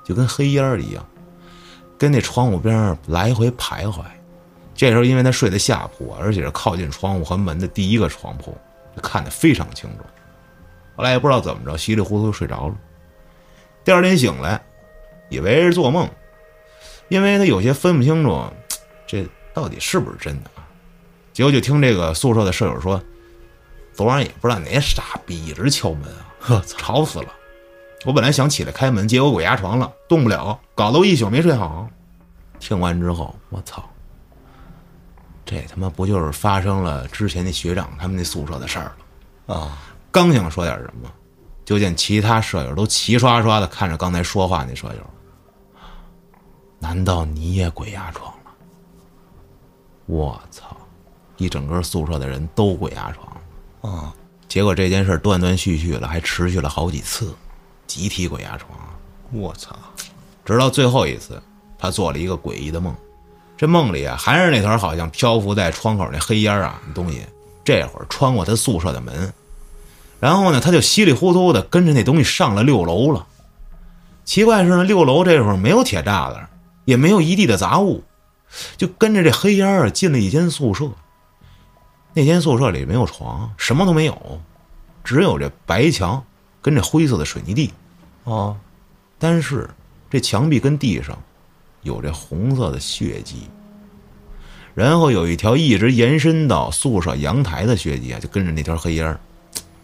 C: 就跟黑烟儿一样，跟那窗户边儿来回徘徊。这时候，因为他睡在下铺，而且是靠近窗户和门的第一个床铺，看得非常清楚。后来也不知道怎么着，稀里糊涂就睡着了。第二天醒来，以为是做梦，因为他有些分不清楚这到底是不是真的啊。结果就听这个宿舍的舍友说，昨晚也不知道哪傻逼一直敲门啊， 呵，吵死了！我本来想起来开门，结果鬼压床了，动不了，搞得我一宿没睡好。听完之后，我操！这他妈不就是发生了之前那学长他们那宿舍的事儿了？
B: 啊！
C: 刚想说点什么，就见其他舍友都齐刷刷的看着刚才说话那舍友。难道你也鬼压床了？我操！一整个宿舍的人都鬼压床了。
B: 啊，
C: 结果这件事儿断断续续了，还持续了好几次，集体鬼压床。
B: 我操，
C: 直到最后一次，他做了一个诡异的梦。这梦里啊，还是那团好像漂浮在窗口那黑烟儿啊东西，这会儿穿过他宿舍的门，然后呢，他就稀里糊涂的跟着那东西上了六楼了。奇怪的是呢，六楼这会儿没有铁栅栏，也没有一地的杂物，就跟着这黑烟儿啊进了一间宿舍。那间宿舍里没有床，什么都没有，只有这白墙跟这灰色的水泥地。
B: 啊，
C: 但是这墙壁跟地上有这红色的血迹，然后有一条一直延伸到宿舍阳台的血迹啊，就跟着那条黑烟儿，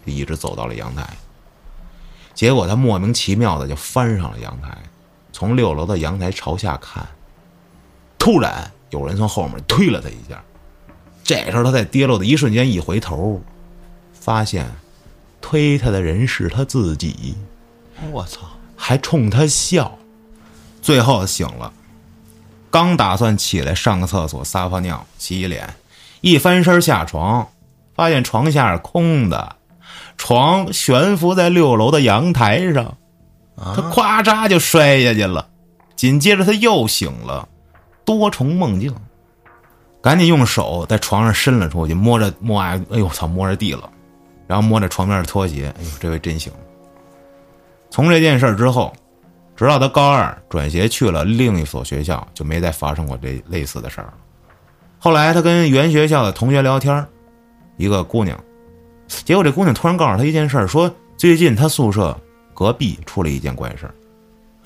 C: 就一直走到了阳台。结果他莫名其妙的就翻上了阳台，从六楼的阳台朝下看，突然有人从后面推了他一下，这时候他在跌落的一瞬间一回头，发现推他的人是他自己。
B: 我操，
C: 还冲他笑。最后醒了，刚打算起来上个厕所撒泡尿、洗洗脸，一翻身下床，发现床下是空的，床悬浮在六楼的阳台上，他咵嚓就摔下去了。紧接着他又醒了，多重梦境，赶紧用手在床上伸了出去，摸着摸哎，哎呦我操，摸着地了，然后摸着床边的拖鞋，哎呦，这回真醒了。从这件事儿之后，直到他高二转学去了另一所学校，就没再发生过这类似的事儿了。后来他跟原学校的同学聊天儿，一个姑娘结果这姑娘突然告诉他一件事儿，说最近她宿舍隔壁出了一件怪事儿，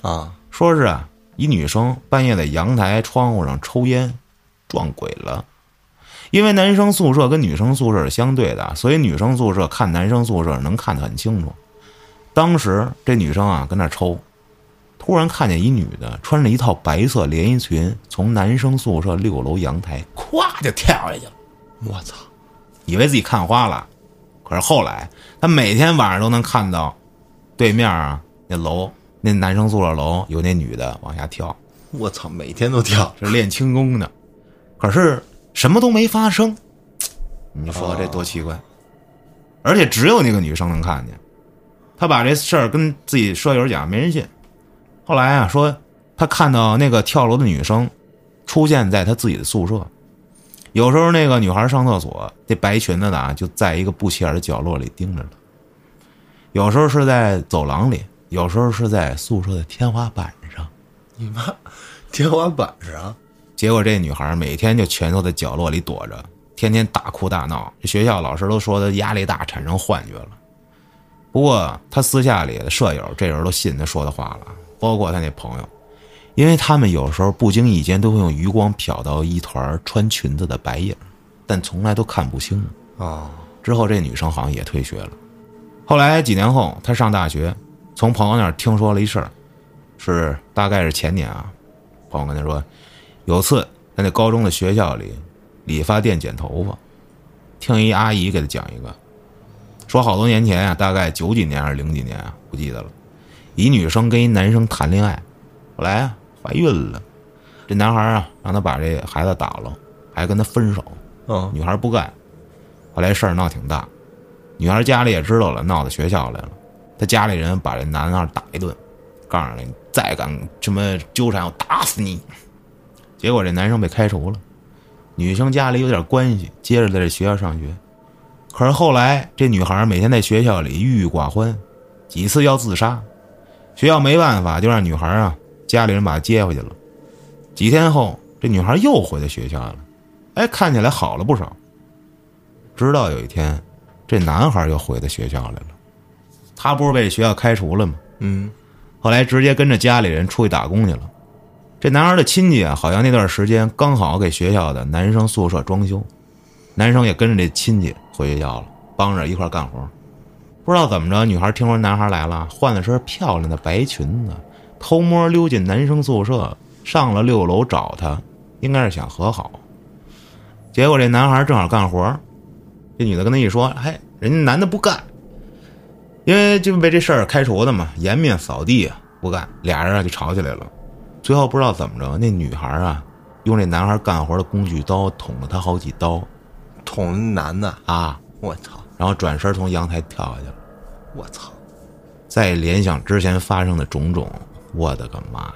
B: 啊，
C: 说是啊，一女生半夜在阳台窗户上抽烟，撞鬼了。因为男生宿舍跟女生宿舍是相对的，所以女生宿舍看男生宿舍能看得很清楚。当时这女生啊跟那抽，突然看见一女的穿着一套白色连衣裙从男生宿舍六楼阳台咵就跳下去了。
B: 我操，
C: 以为自己看花了，可是后来他每天晚上都能看到对面啊那楼那男生宿舍楼有那女的往下跳，
B: 我操，每天都跳，
C: 是练轻功的，可是什么都没发生，你说这多奇怪！而且只有那个女生能看见，他把这事儿跟自己舍友讲，没人信。后来啊，说他看到那个跳楼的女生出现在他自己的宿舍，有时候那个女孩上厕所，这白裙子的啊就在一个不起眼的角落里盯着她，有时候是在走廊里，有时候是在宿舍的天花板上。
B: 你妈，天花板上，
C: 结果这女孩每天就蜷缩在角落里躲着，天天大哭大闹。学校老师都说她压力大，产生幻觉了。不过她私下里的舍友这人都信她说的话了，包括她那朋友，因为他们有时候不经意间都会用余光瞟到一团穿裙子的白影，但从来都看不清。
B: 哦，
C: 之后这女生好像也退学了。后来几年后，她上大学，从朋友那儿听说了一事儿，是大概是前年啊。朋友跟她说，有次在那高中的学校里，理发店剪头发，听一阿姨给她讲一个，说好多年前啊，大概九几年还是零几年啊，不记得了，一女生跟一男生谈恋爱，后来啊怀孕了，这男孩啊让她把这孩子打了，还跟她分手。
B: 嗯，
C: 女孩不干。后来事儿闹挺大，女孩家里也知道了，闹到学校来了。她家里人把这男孩打一顿，告诉你再敢什么纠缠，我打死你。结果这男生被开除了，女生家里有点关系，接着在这学校上学。可是后来这女孩每天在学校里郁郁寡欢，几次要自杀，学校没办法，就让女孩啊家里人把她接回去了。几天后，这女孩又回到学校了。哎，看起来好了不少。直到有一天，这男孩又回到学校来了。他不是被学校开除了吗？
B: 嗯，
C: 后来直接跟着家里人出去打工去了。这男孩的亲戚啊，好像那段时间刚好给学校的男生宿舍装修，男生也跟着这亲戚回学校了，帮着一块儿干活。不知道怎么着，女孩听说男孩来了，换了身漂亮的白裙子，偷摸溜进男生宿舍，上了六楼找他，应该是想和好。结果这男孩正好干活儿，这女的跟他一说，嘿，人家男的不干，因为就被这事儿开除的嘛，颜面扫地啊，不干，俩人啊就吵起来了。最后不知道怎么着，那女孩啊用这男孩干活的工具刀捅了他好几刀
B: 捅男的，
C: 啊，
B: 我操，
C: 然后转身从阳台跳下去了。
B: 我操，
C: 再联想之前发生的种种，我的个妈呀！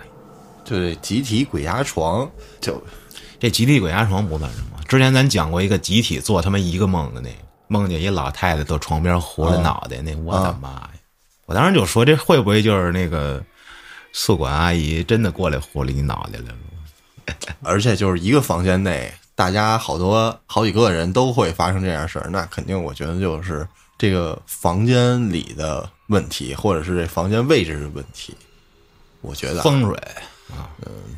B: 就这集体鬼压床，就
C: 这集体鬼压床不算什么，之前咱讲过一个集体做他妈一个梦的那个，梦见一老太太坐床边糊
B: 啊
C: 着脑袋，那我的妈呀！我当时就说这会不会就是那个宿管阿姨真的过来糊了你脑袋来了？
B: 而且就是一个房间内，大家好多好几个人都会发生这样的事儿，那肯定我觉得就是这个房间里的问题，或者是这房间位置的问题。我觉得啊
C: 风水？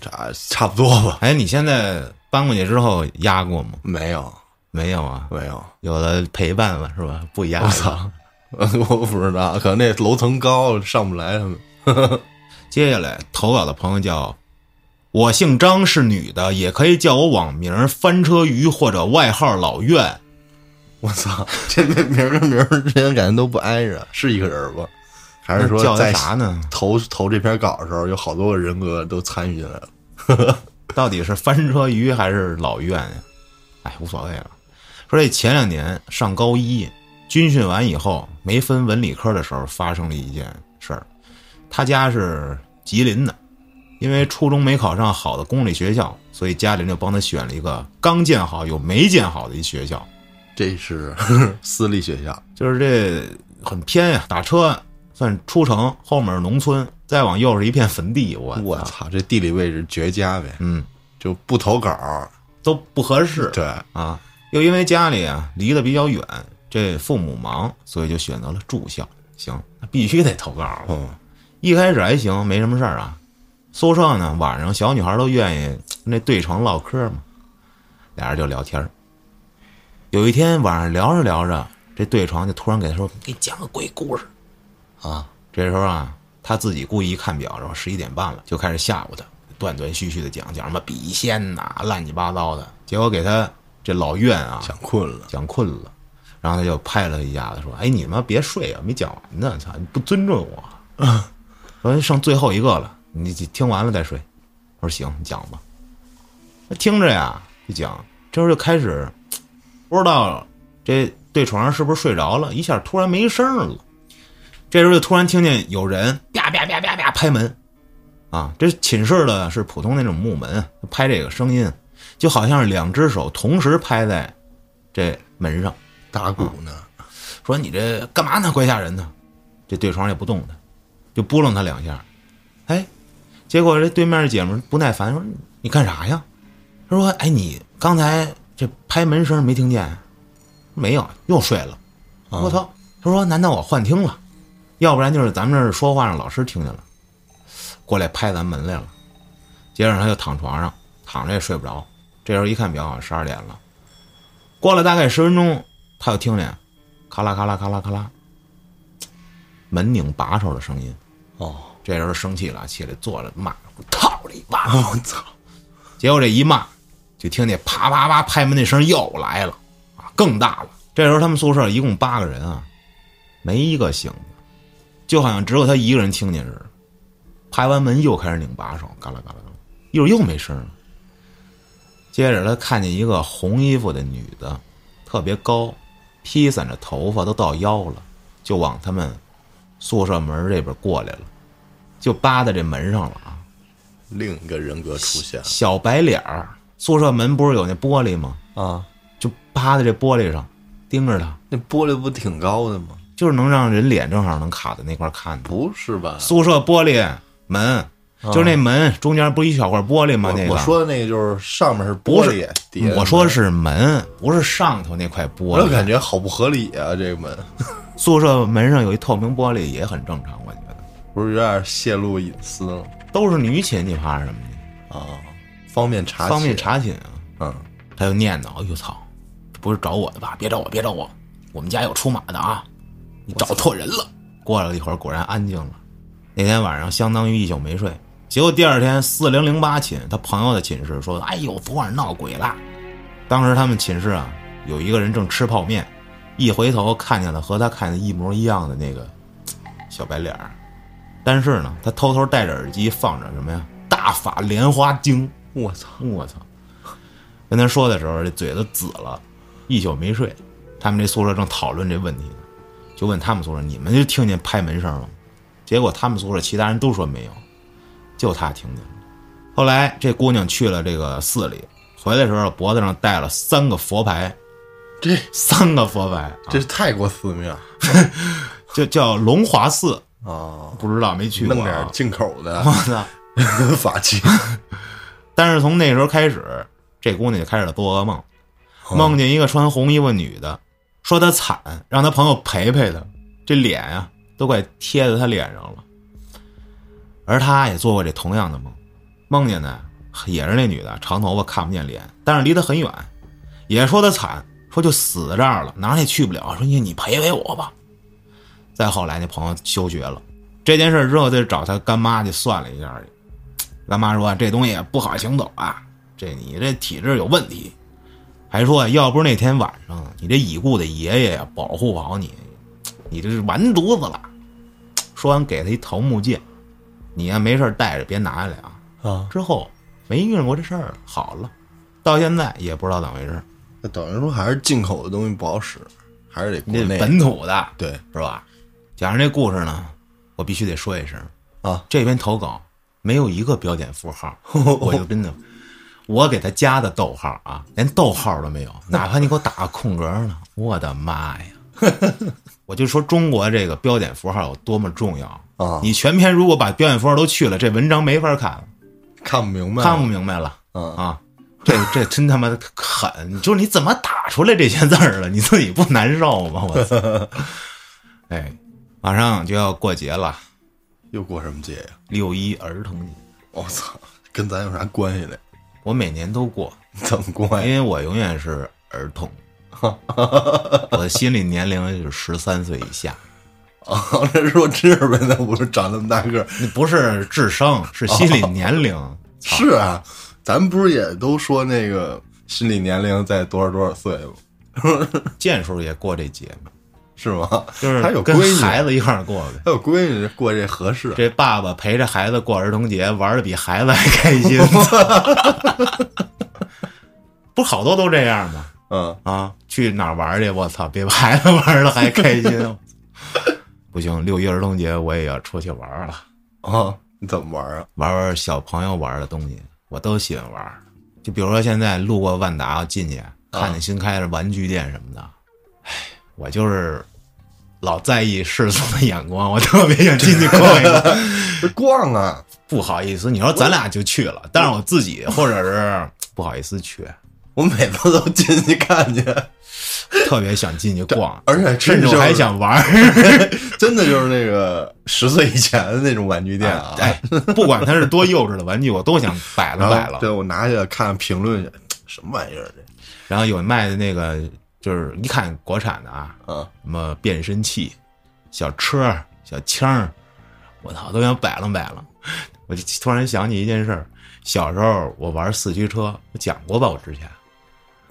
B: 差差不多吧，
C: 哎，你现在搬过去之后压过吗？
B: 没有
C: 没有啊，
B: 没有，
C: 有的陪伴了是吧？不压。
B: 我操！我不知道，可能那楼层高上不来他们。
C: 接下来投稿的朋友叫我姓张是女的，也可以叫我网名翻车鱼或者外号老苑。
B: 我操，这名儿跟名儿之间感觉都不挨着，是一个人吧？还是
C: 那
B: 说
C: 叫他
B: 在
C: 啥呢？
B: 投投这篇稿的时候，有好多个人格都参与进来了？
C: 到底是翻车鱼还是老院呀？ 哎，无所谓了。说这前两年上高一，军训完以后没分文理科的时候，发生了一件事儿。他家是吉林的，因为初中没考上好的公立学校，所以家里人就帮他选了一个刚建好又没建好的一学校，
B: 这是 私立学校，
C: 就是这很偏呀、打车算出城，后面是农村，再往右是一片坟地。我
B: 我操，这地理位置绝佳呗，
C: 嗯，
B: 就不投稿儿，
C: 都不合适。
B: 对，
C: 啊，又因为家里啊离得比较远，这父母忙，所以就选择了住校。行，那必须得投稿了。
B: 嗯
C: 一开始还行，没什么事儿啊。宿舍呢，晚上小女孩都愿意那对床唠嗑嘛，俩人就聊天儿。有一天晚上聊着聊着，这对床就突然给他说：“给你讲个鬼故事。”啊，这时候啊，他自己故意一看表，然后十一点半了，就开始吓唬他，断断续续的讲讲什么笔仙呐、乱七八糟的。结果给他这老怨啊，
B: 想困了，
C: 讲困了，然后他就拍了他一下子，说：“哎，你妈别睡啊，没讲完呢，操，你不尊重我。”嗯说剩最后一个了，你听完了再睡。我说行，你讲吧。那听着呀，就讲，这时候就开始，不知道这对床上是不是睡着了，一下突然没声儿了。这时候就突然听见有人啪啪啪啪啪拍门，啊，这寝室的是普通那种木门，拍这个声音，就好像是两只手同时拍在这门上，
B: 打鼓呢，
C: 说你这干嘛呢？怪吓人的。这对床也不动弹，就拨弄他两下。哎，结果这对面这姐们儿不耐烦说：“你干啥呀？”他说：“哎，你刚才这拍门声没听见啊？”没有，又睡了。
B: 啊
C: 我操！他说：“难道我幻听了？要不然就是咱们这儿说话让老师听见了，过来拍咱门来了。”接着他就躺床上，躺着也睡不着。这时候一看表，十二点了。过了大概十分钟，他又听见咔啦咔啦咔啦咔啦，门拧把手的声音。
B: 哦，
C: 这人生气了，起来坐着骂：“我操你妈！”
B: 我操，
C: 结果这一骂，就听见啪啪啪拍门那声又来了，啊，更大了。这时候他们宿舍一共八个人啊，没一个醒的，就好像只有他一个人听见似的。拍完门又开始拧把手，嘎啦嘎啦嘎啦，一会儿又没声了。接着他看见一个红衣服的女的，特别高，披散着头发都到腰了，就往他们宿舍门这边过来了，就扒在这门上了啊。
B: 另一个人格出现了
C: 小白脸儿，宿舍门不是有那玻璃吗？
B: 啊，
C: 就趴在这玻璃上盯着他，
B: 那玻璃不挺高的吗？
C: 就是能让人脸正好能卡在那块儿看的。
B: 不是吧？
C: 宿舍玻璃门，就是那门中间不是一小块玻璃吗？那
B: 啊
C: 个
B: 我我说的那个就是上面是
C: 不
B: 玻璃
C: 是，，
B: 底下
C: 我说是门，不是上头那块玻
B: 我
C: 璃。
B: 感觉好不合理啊，这个门
C: 宿舍门上有一透明玻璃也很正常，我觉得
B: 不是有点泄露隐私了
C: 都是女寝，你怕什么
B: 啊？方便查
C: 呢？
B: 寝
C: 方便，查寝啊。
B: 嗯，
C: 他就念叨：“哎呦操，这不是找我的吧？别找我，别找我，我们家有出马的啊！你找错人了。”过了一会儿，果然安静了。那天晚上相当于一宿没睡。结果第二天四零零八寝，他朋友的寝室说：“哎呦，昨晚闹鬼了。”当时他们寝室啊，有一个人正吃泡面，一回头看见了和他看见一模一样的那个小白脸儿，但是呢，他偷偷戴着耳机放着什么呀？大法莲花经。
B: 我操，
C: 我操！跟他说的时候，这嘴都紫了，一宿没睡。他们这宿舍正讨论这问题呢，就问他们宿舍：“你们就听见拍门声了吗？”结果他们宿舍其他人都说没有，就他听见了。后来这姑娘去了这个寺里，回来的时候脖子上戴了三个佛牌，
B: 这
C: 三个佛牌，啊
B: 这是泰国寺庙
C: 就叫龙华寺，
B: 啊，
C: 不知道没去过、啊。
B: 弄点进口的
C: 我 操！
B: 法器，
C: 但是从那时候开始，这姑娘就开始了做噩梦，梦见一个穿红衣服女的，说她惨，让她朋友陪陪她，这脸啊都快贴在她脸上了。而她也做过这同样的梦，梦见呢也是那女的，长头发看不见脸，但是离她很远，也说她惨，说就死在这儿了，哪儿也去不了，说哎你你陪陪我吧。再后来，那朋友休学了，这件事儿之后，就找他干妈去算了一下，干妈说这东西不好行走啊，这你这体质有问题。还说要不是那天晚上你这已故的爷爷呀保护好你，你这是完犊子了。说完给他一桃木剑，你呀没事儿带着别拿下来啊。
B: 啊，
C: 之后没遇上过这事儿了，好了，到现在也不知道怎么回事，
B: 那等于说还是进口的东西不好使，还是得国
C: 你
B: 内
C: 得本土的
B: 对
C: 是吧？讲上这故事呢，我必须得说一声，
B: 啊，
C: 这篇投稿没有一个标点符号，我就真的，我给他加的逗号啊，连逗号都没有，哪怕你给我打个空格呢，我的妈呀！我就说中国这个标点符号有多么重要
B: 啊
C: 你全篇如果把标点符号都去了，这文章没法看，
B: 看不明白，
C: 看不明白了
B: 嗯
C: 啊！这这真他妈狠！你说你怎么打出来这些字儿了？你自己不难受吗？我操！哎，马上就要过节了，
B: 又过什么节呀？
C: 六一儿童节，
B: 我操，跟咱有啥关系嘞？
C: 我每年都过，
B: 怎么关
C: 因
B: 系？
C: 为我永远是儿 童，我的心理年龄就是十三岁以下，
B: 啊， 这弱智呗，那不是长那么大个儿？
C: 那不是智商， 是心理年龄。操
B: 是啊，咱们不是也都说那个心理年龄在多少多少岁吗？
C: 建叔也过这节 嘛，
B: 是吗？
C: 就是
B: 他有
C: 跟
B: 闺女，
C: 孩
B: 他
C: 子一块儿过的。
B: 有闺女过这合适。
C: 这爸爸陪着孩子过儿童节，玩的比孩子还开 心。不是好多都这样吗？
B: 嗯，
C: 啊，去哪儿玩去？我操，比孩子玩的还开心。 不行，六一儿童节我也要出去玩了，
B: 啊，你怎么玩啊？
C: 玩玩小朋友玩的东西，我都喜欢玩。就比如说现在路过万达进去，看见新开的玩具店什么的，唉，我就是老在意世俗的眼光，我特别想进去逛一 逛。
B: 这逛啊，
C: 不好意思，你说咱俩就去了，但是我自己或者是不好意思去，
B: 我每次都进去看去，
C: 特别想进去逛，
B: 而且
C: 甚至
B: 真的
C: 我
B: 就是
C: 还想 玩儿。
B: 真的就是那个十岁以前的那种玩具店啊。
C: 哎，不管它是多幼稚的玩具，我都想摆
B: 然
C: 了
B: 后
C: 摆了。
B: 对我拿起来看评论去，什么玩意儿这？
C: 然后有卖的那个，就是一看国产的啊，
B: 啊，
C: 什么变身器、小车、小枪儿，我操，都想摆了摆了。我就突然想起一件事儿，小时候我玩四驱车，我讲过吧，我之前。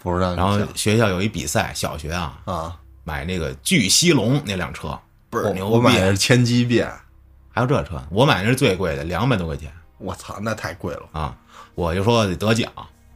B: 不知道你
C: 然后
B: 讲。
C: 学校有一比赛，小学啊，
B: 啊，
C: 买那个巨犀龙那辆车，倍儿
B: 我
C: 牛
B: 我
C: 逼
B: 买。的是千机变，
C: 还有这车，我买那是最贵的，两百多块钱
B: 我操，那太贵了。
C: 啊！我就说得得奖，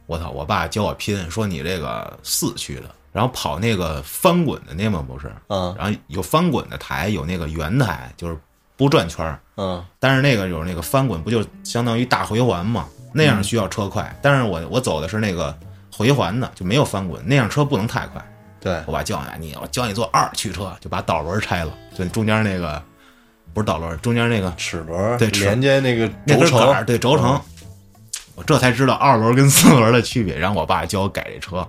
C: 我操！我爸教我拼，说你这个四驱的，然后跑那个翻滚的那嘛不是，
B: 啊
C: 然后有翻滚的台，有那个圆台，就是不转圈儿，
B: 啊
C: 但是那个有那个翻滚，不就相当于大回环嘛？那样需要车快，但是我我走的是那个回环的，就没有翻滚，那样车不能太快。
B: 对，
C: 我爸叫你，你我教你坐二驱车，就把导轮拆了，就中间那个不是导轮，中间那个
B: 齿轮
C: 对齿
B: 连接那个
C: 那
B: 轴
C: 根杆儿嗯
B: 承，
C: 对轴承，我这才知道二轮跟四轮的区别。然后我爸教我改这车，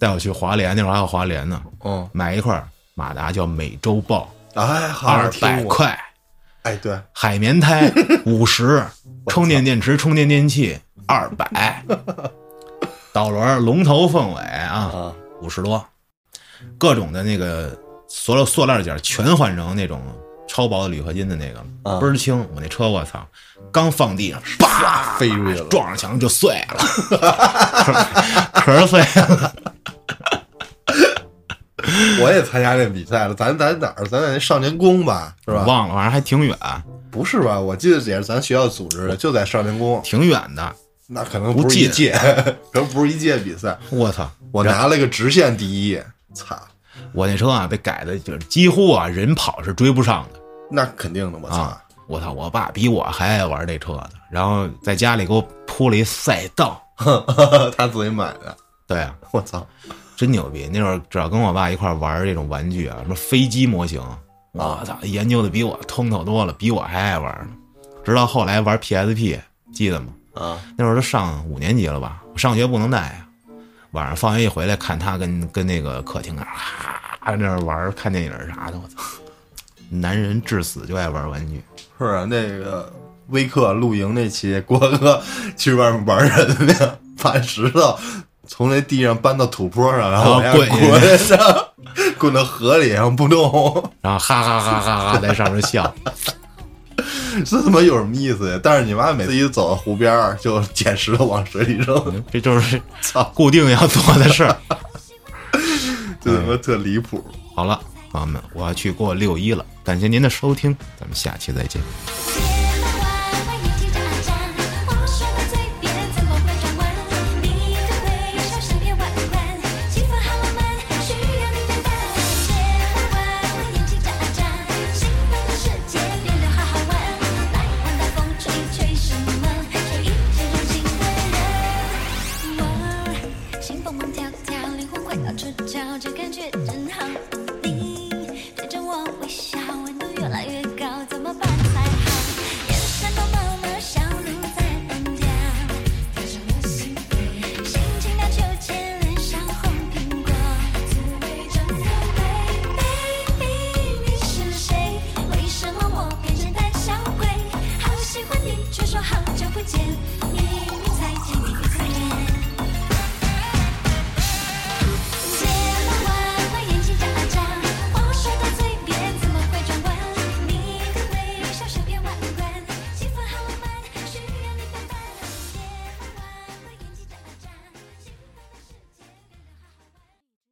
C: 带我去华联，那会儿还有华联呢，
B: 嗯，
C: 买一块马达叫美洲豹，
B: 哎，好
C: 二
B: 像听
C: 百
B: 过，
C: 块，
B: 哎，对，
C: 海绵 胎五十，充电电池、充电电器二百， 导轮龙头凤尾啊
B: 啊
C: 五十多，各种的那个所有塑料件儿全换成那种超薄的铝合金的那个
B: 啊
C: 倍儿轻。我那车我操，刚放地上，叭
B: 飞出去啊了
C: 撞上墙就碎 了，壳儿碎了。
B: 我也参加这比赛了，咱咱哪儿？咱在那少年宫吧，是吧？
C: 忘了，反正还挺远，
B: 不是吧？我记得也是咱学校组织的，就在少年宫。
C: 挺远的。
B: 那可能
C: 不
B: 不是一
C: 记
B: 届， 可能不是一届比赛。
C: 我操！
B: 我拿了个直线第一，操，
C: 我那车啊被改的，就是几乎啊人跑是追不上的。
B: 那肯定的，我操
C: 啊！！我操，我爸比我还爱玩这车呢，然后在家里给我铺了一赛道。
B: 他自己买的，
C: 对啊，
B: 我操！
C: 真牛逼！那会儿只要跟我爸一块儿玩这种玩具啊，什么飞机模型，我操，研究的比我通透多了，比我还爱玩呢。直到后来玩 PSP，记得吗？
B: 啊，
C: 那会儿都上五年级了吧？我上学不能带呀、晚上放学一回来，看他跟跟那个客厅那儿啊那儿玩儿看电影儿啥的，我操！男人至死就爱玩玩具。
B: 是啊，那个微课露营那期，郭哥去外面玩人去了，把石头从那地上搬到土坡上，然后往下
C: 啊滚
B: 滚上，滚到河里，然后不动，
C: 然后哈哈哈哈哈在上面笑，
B: 这他妈有什么意思呀？但是你妈每次一走到湖边儿就捡石头往水里扔，
C: 这就是
B: 操
C: 固定要做的事儿。
B: 就他妈特离谱。
C: 好了，朋友们，我要去过六一了，感谢您的收听，咱们下期再见。
D: Yeah.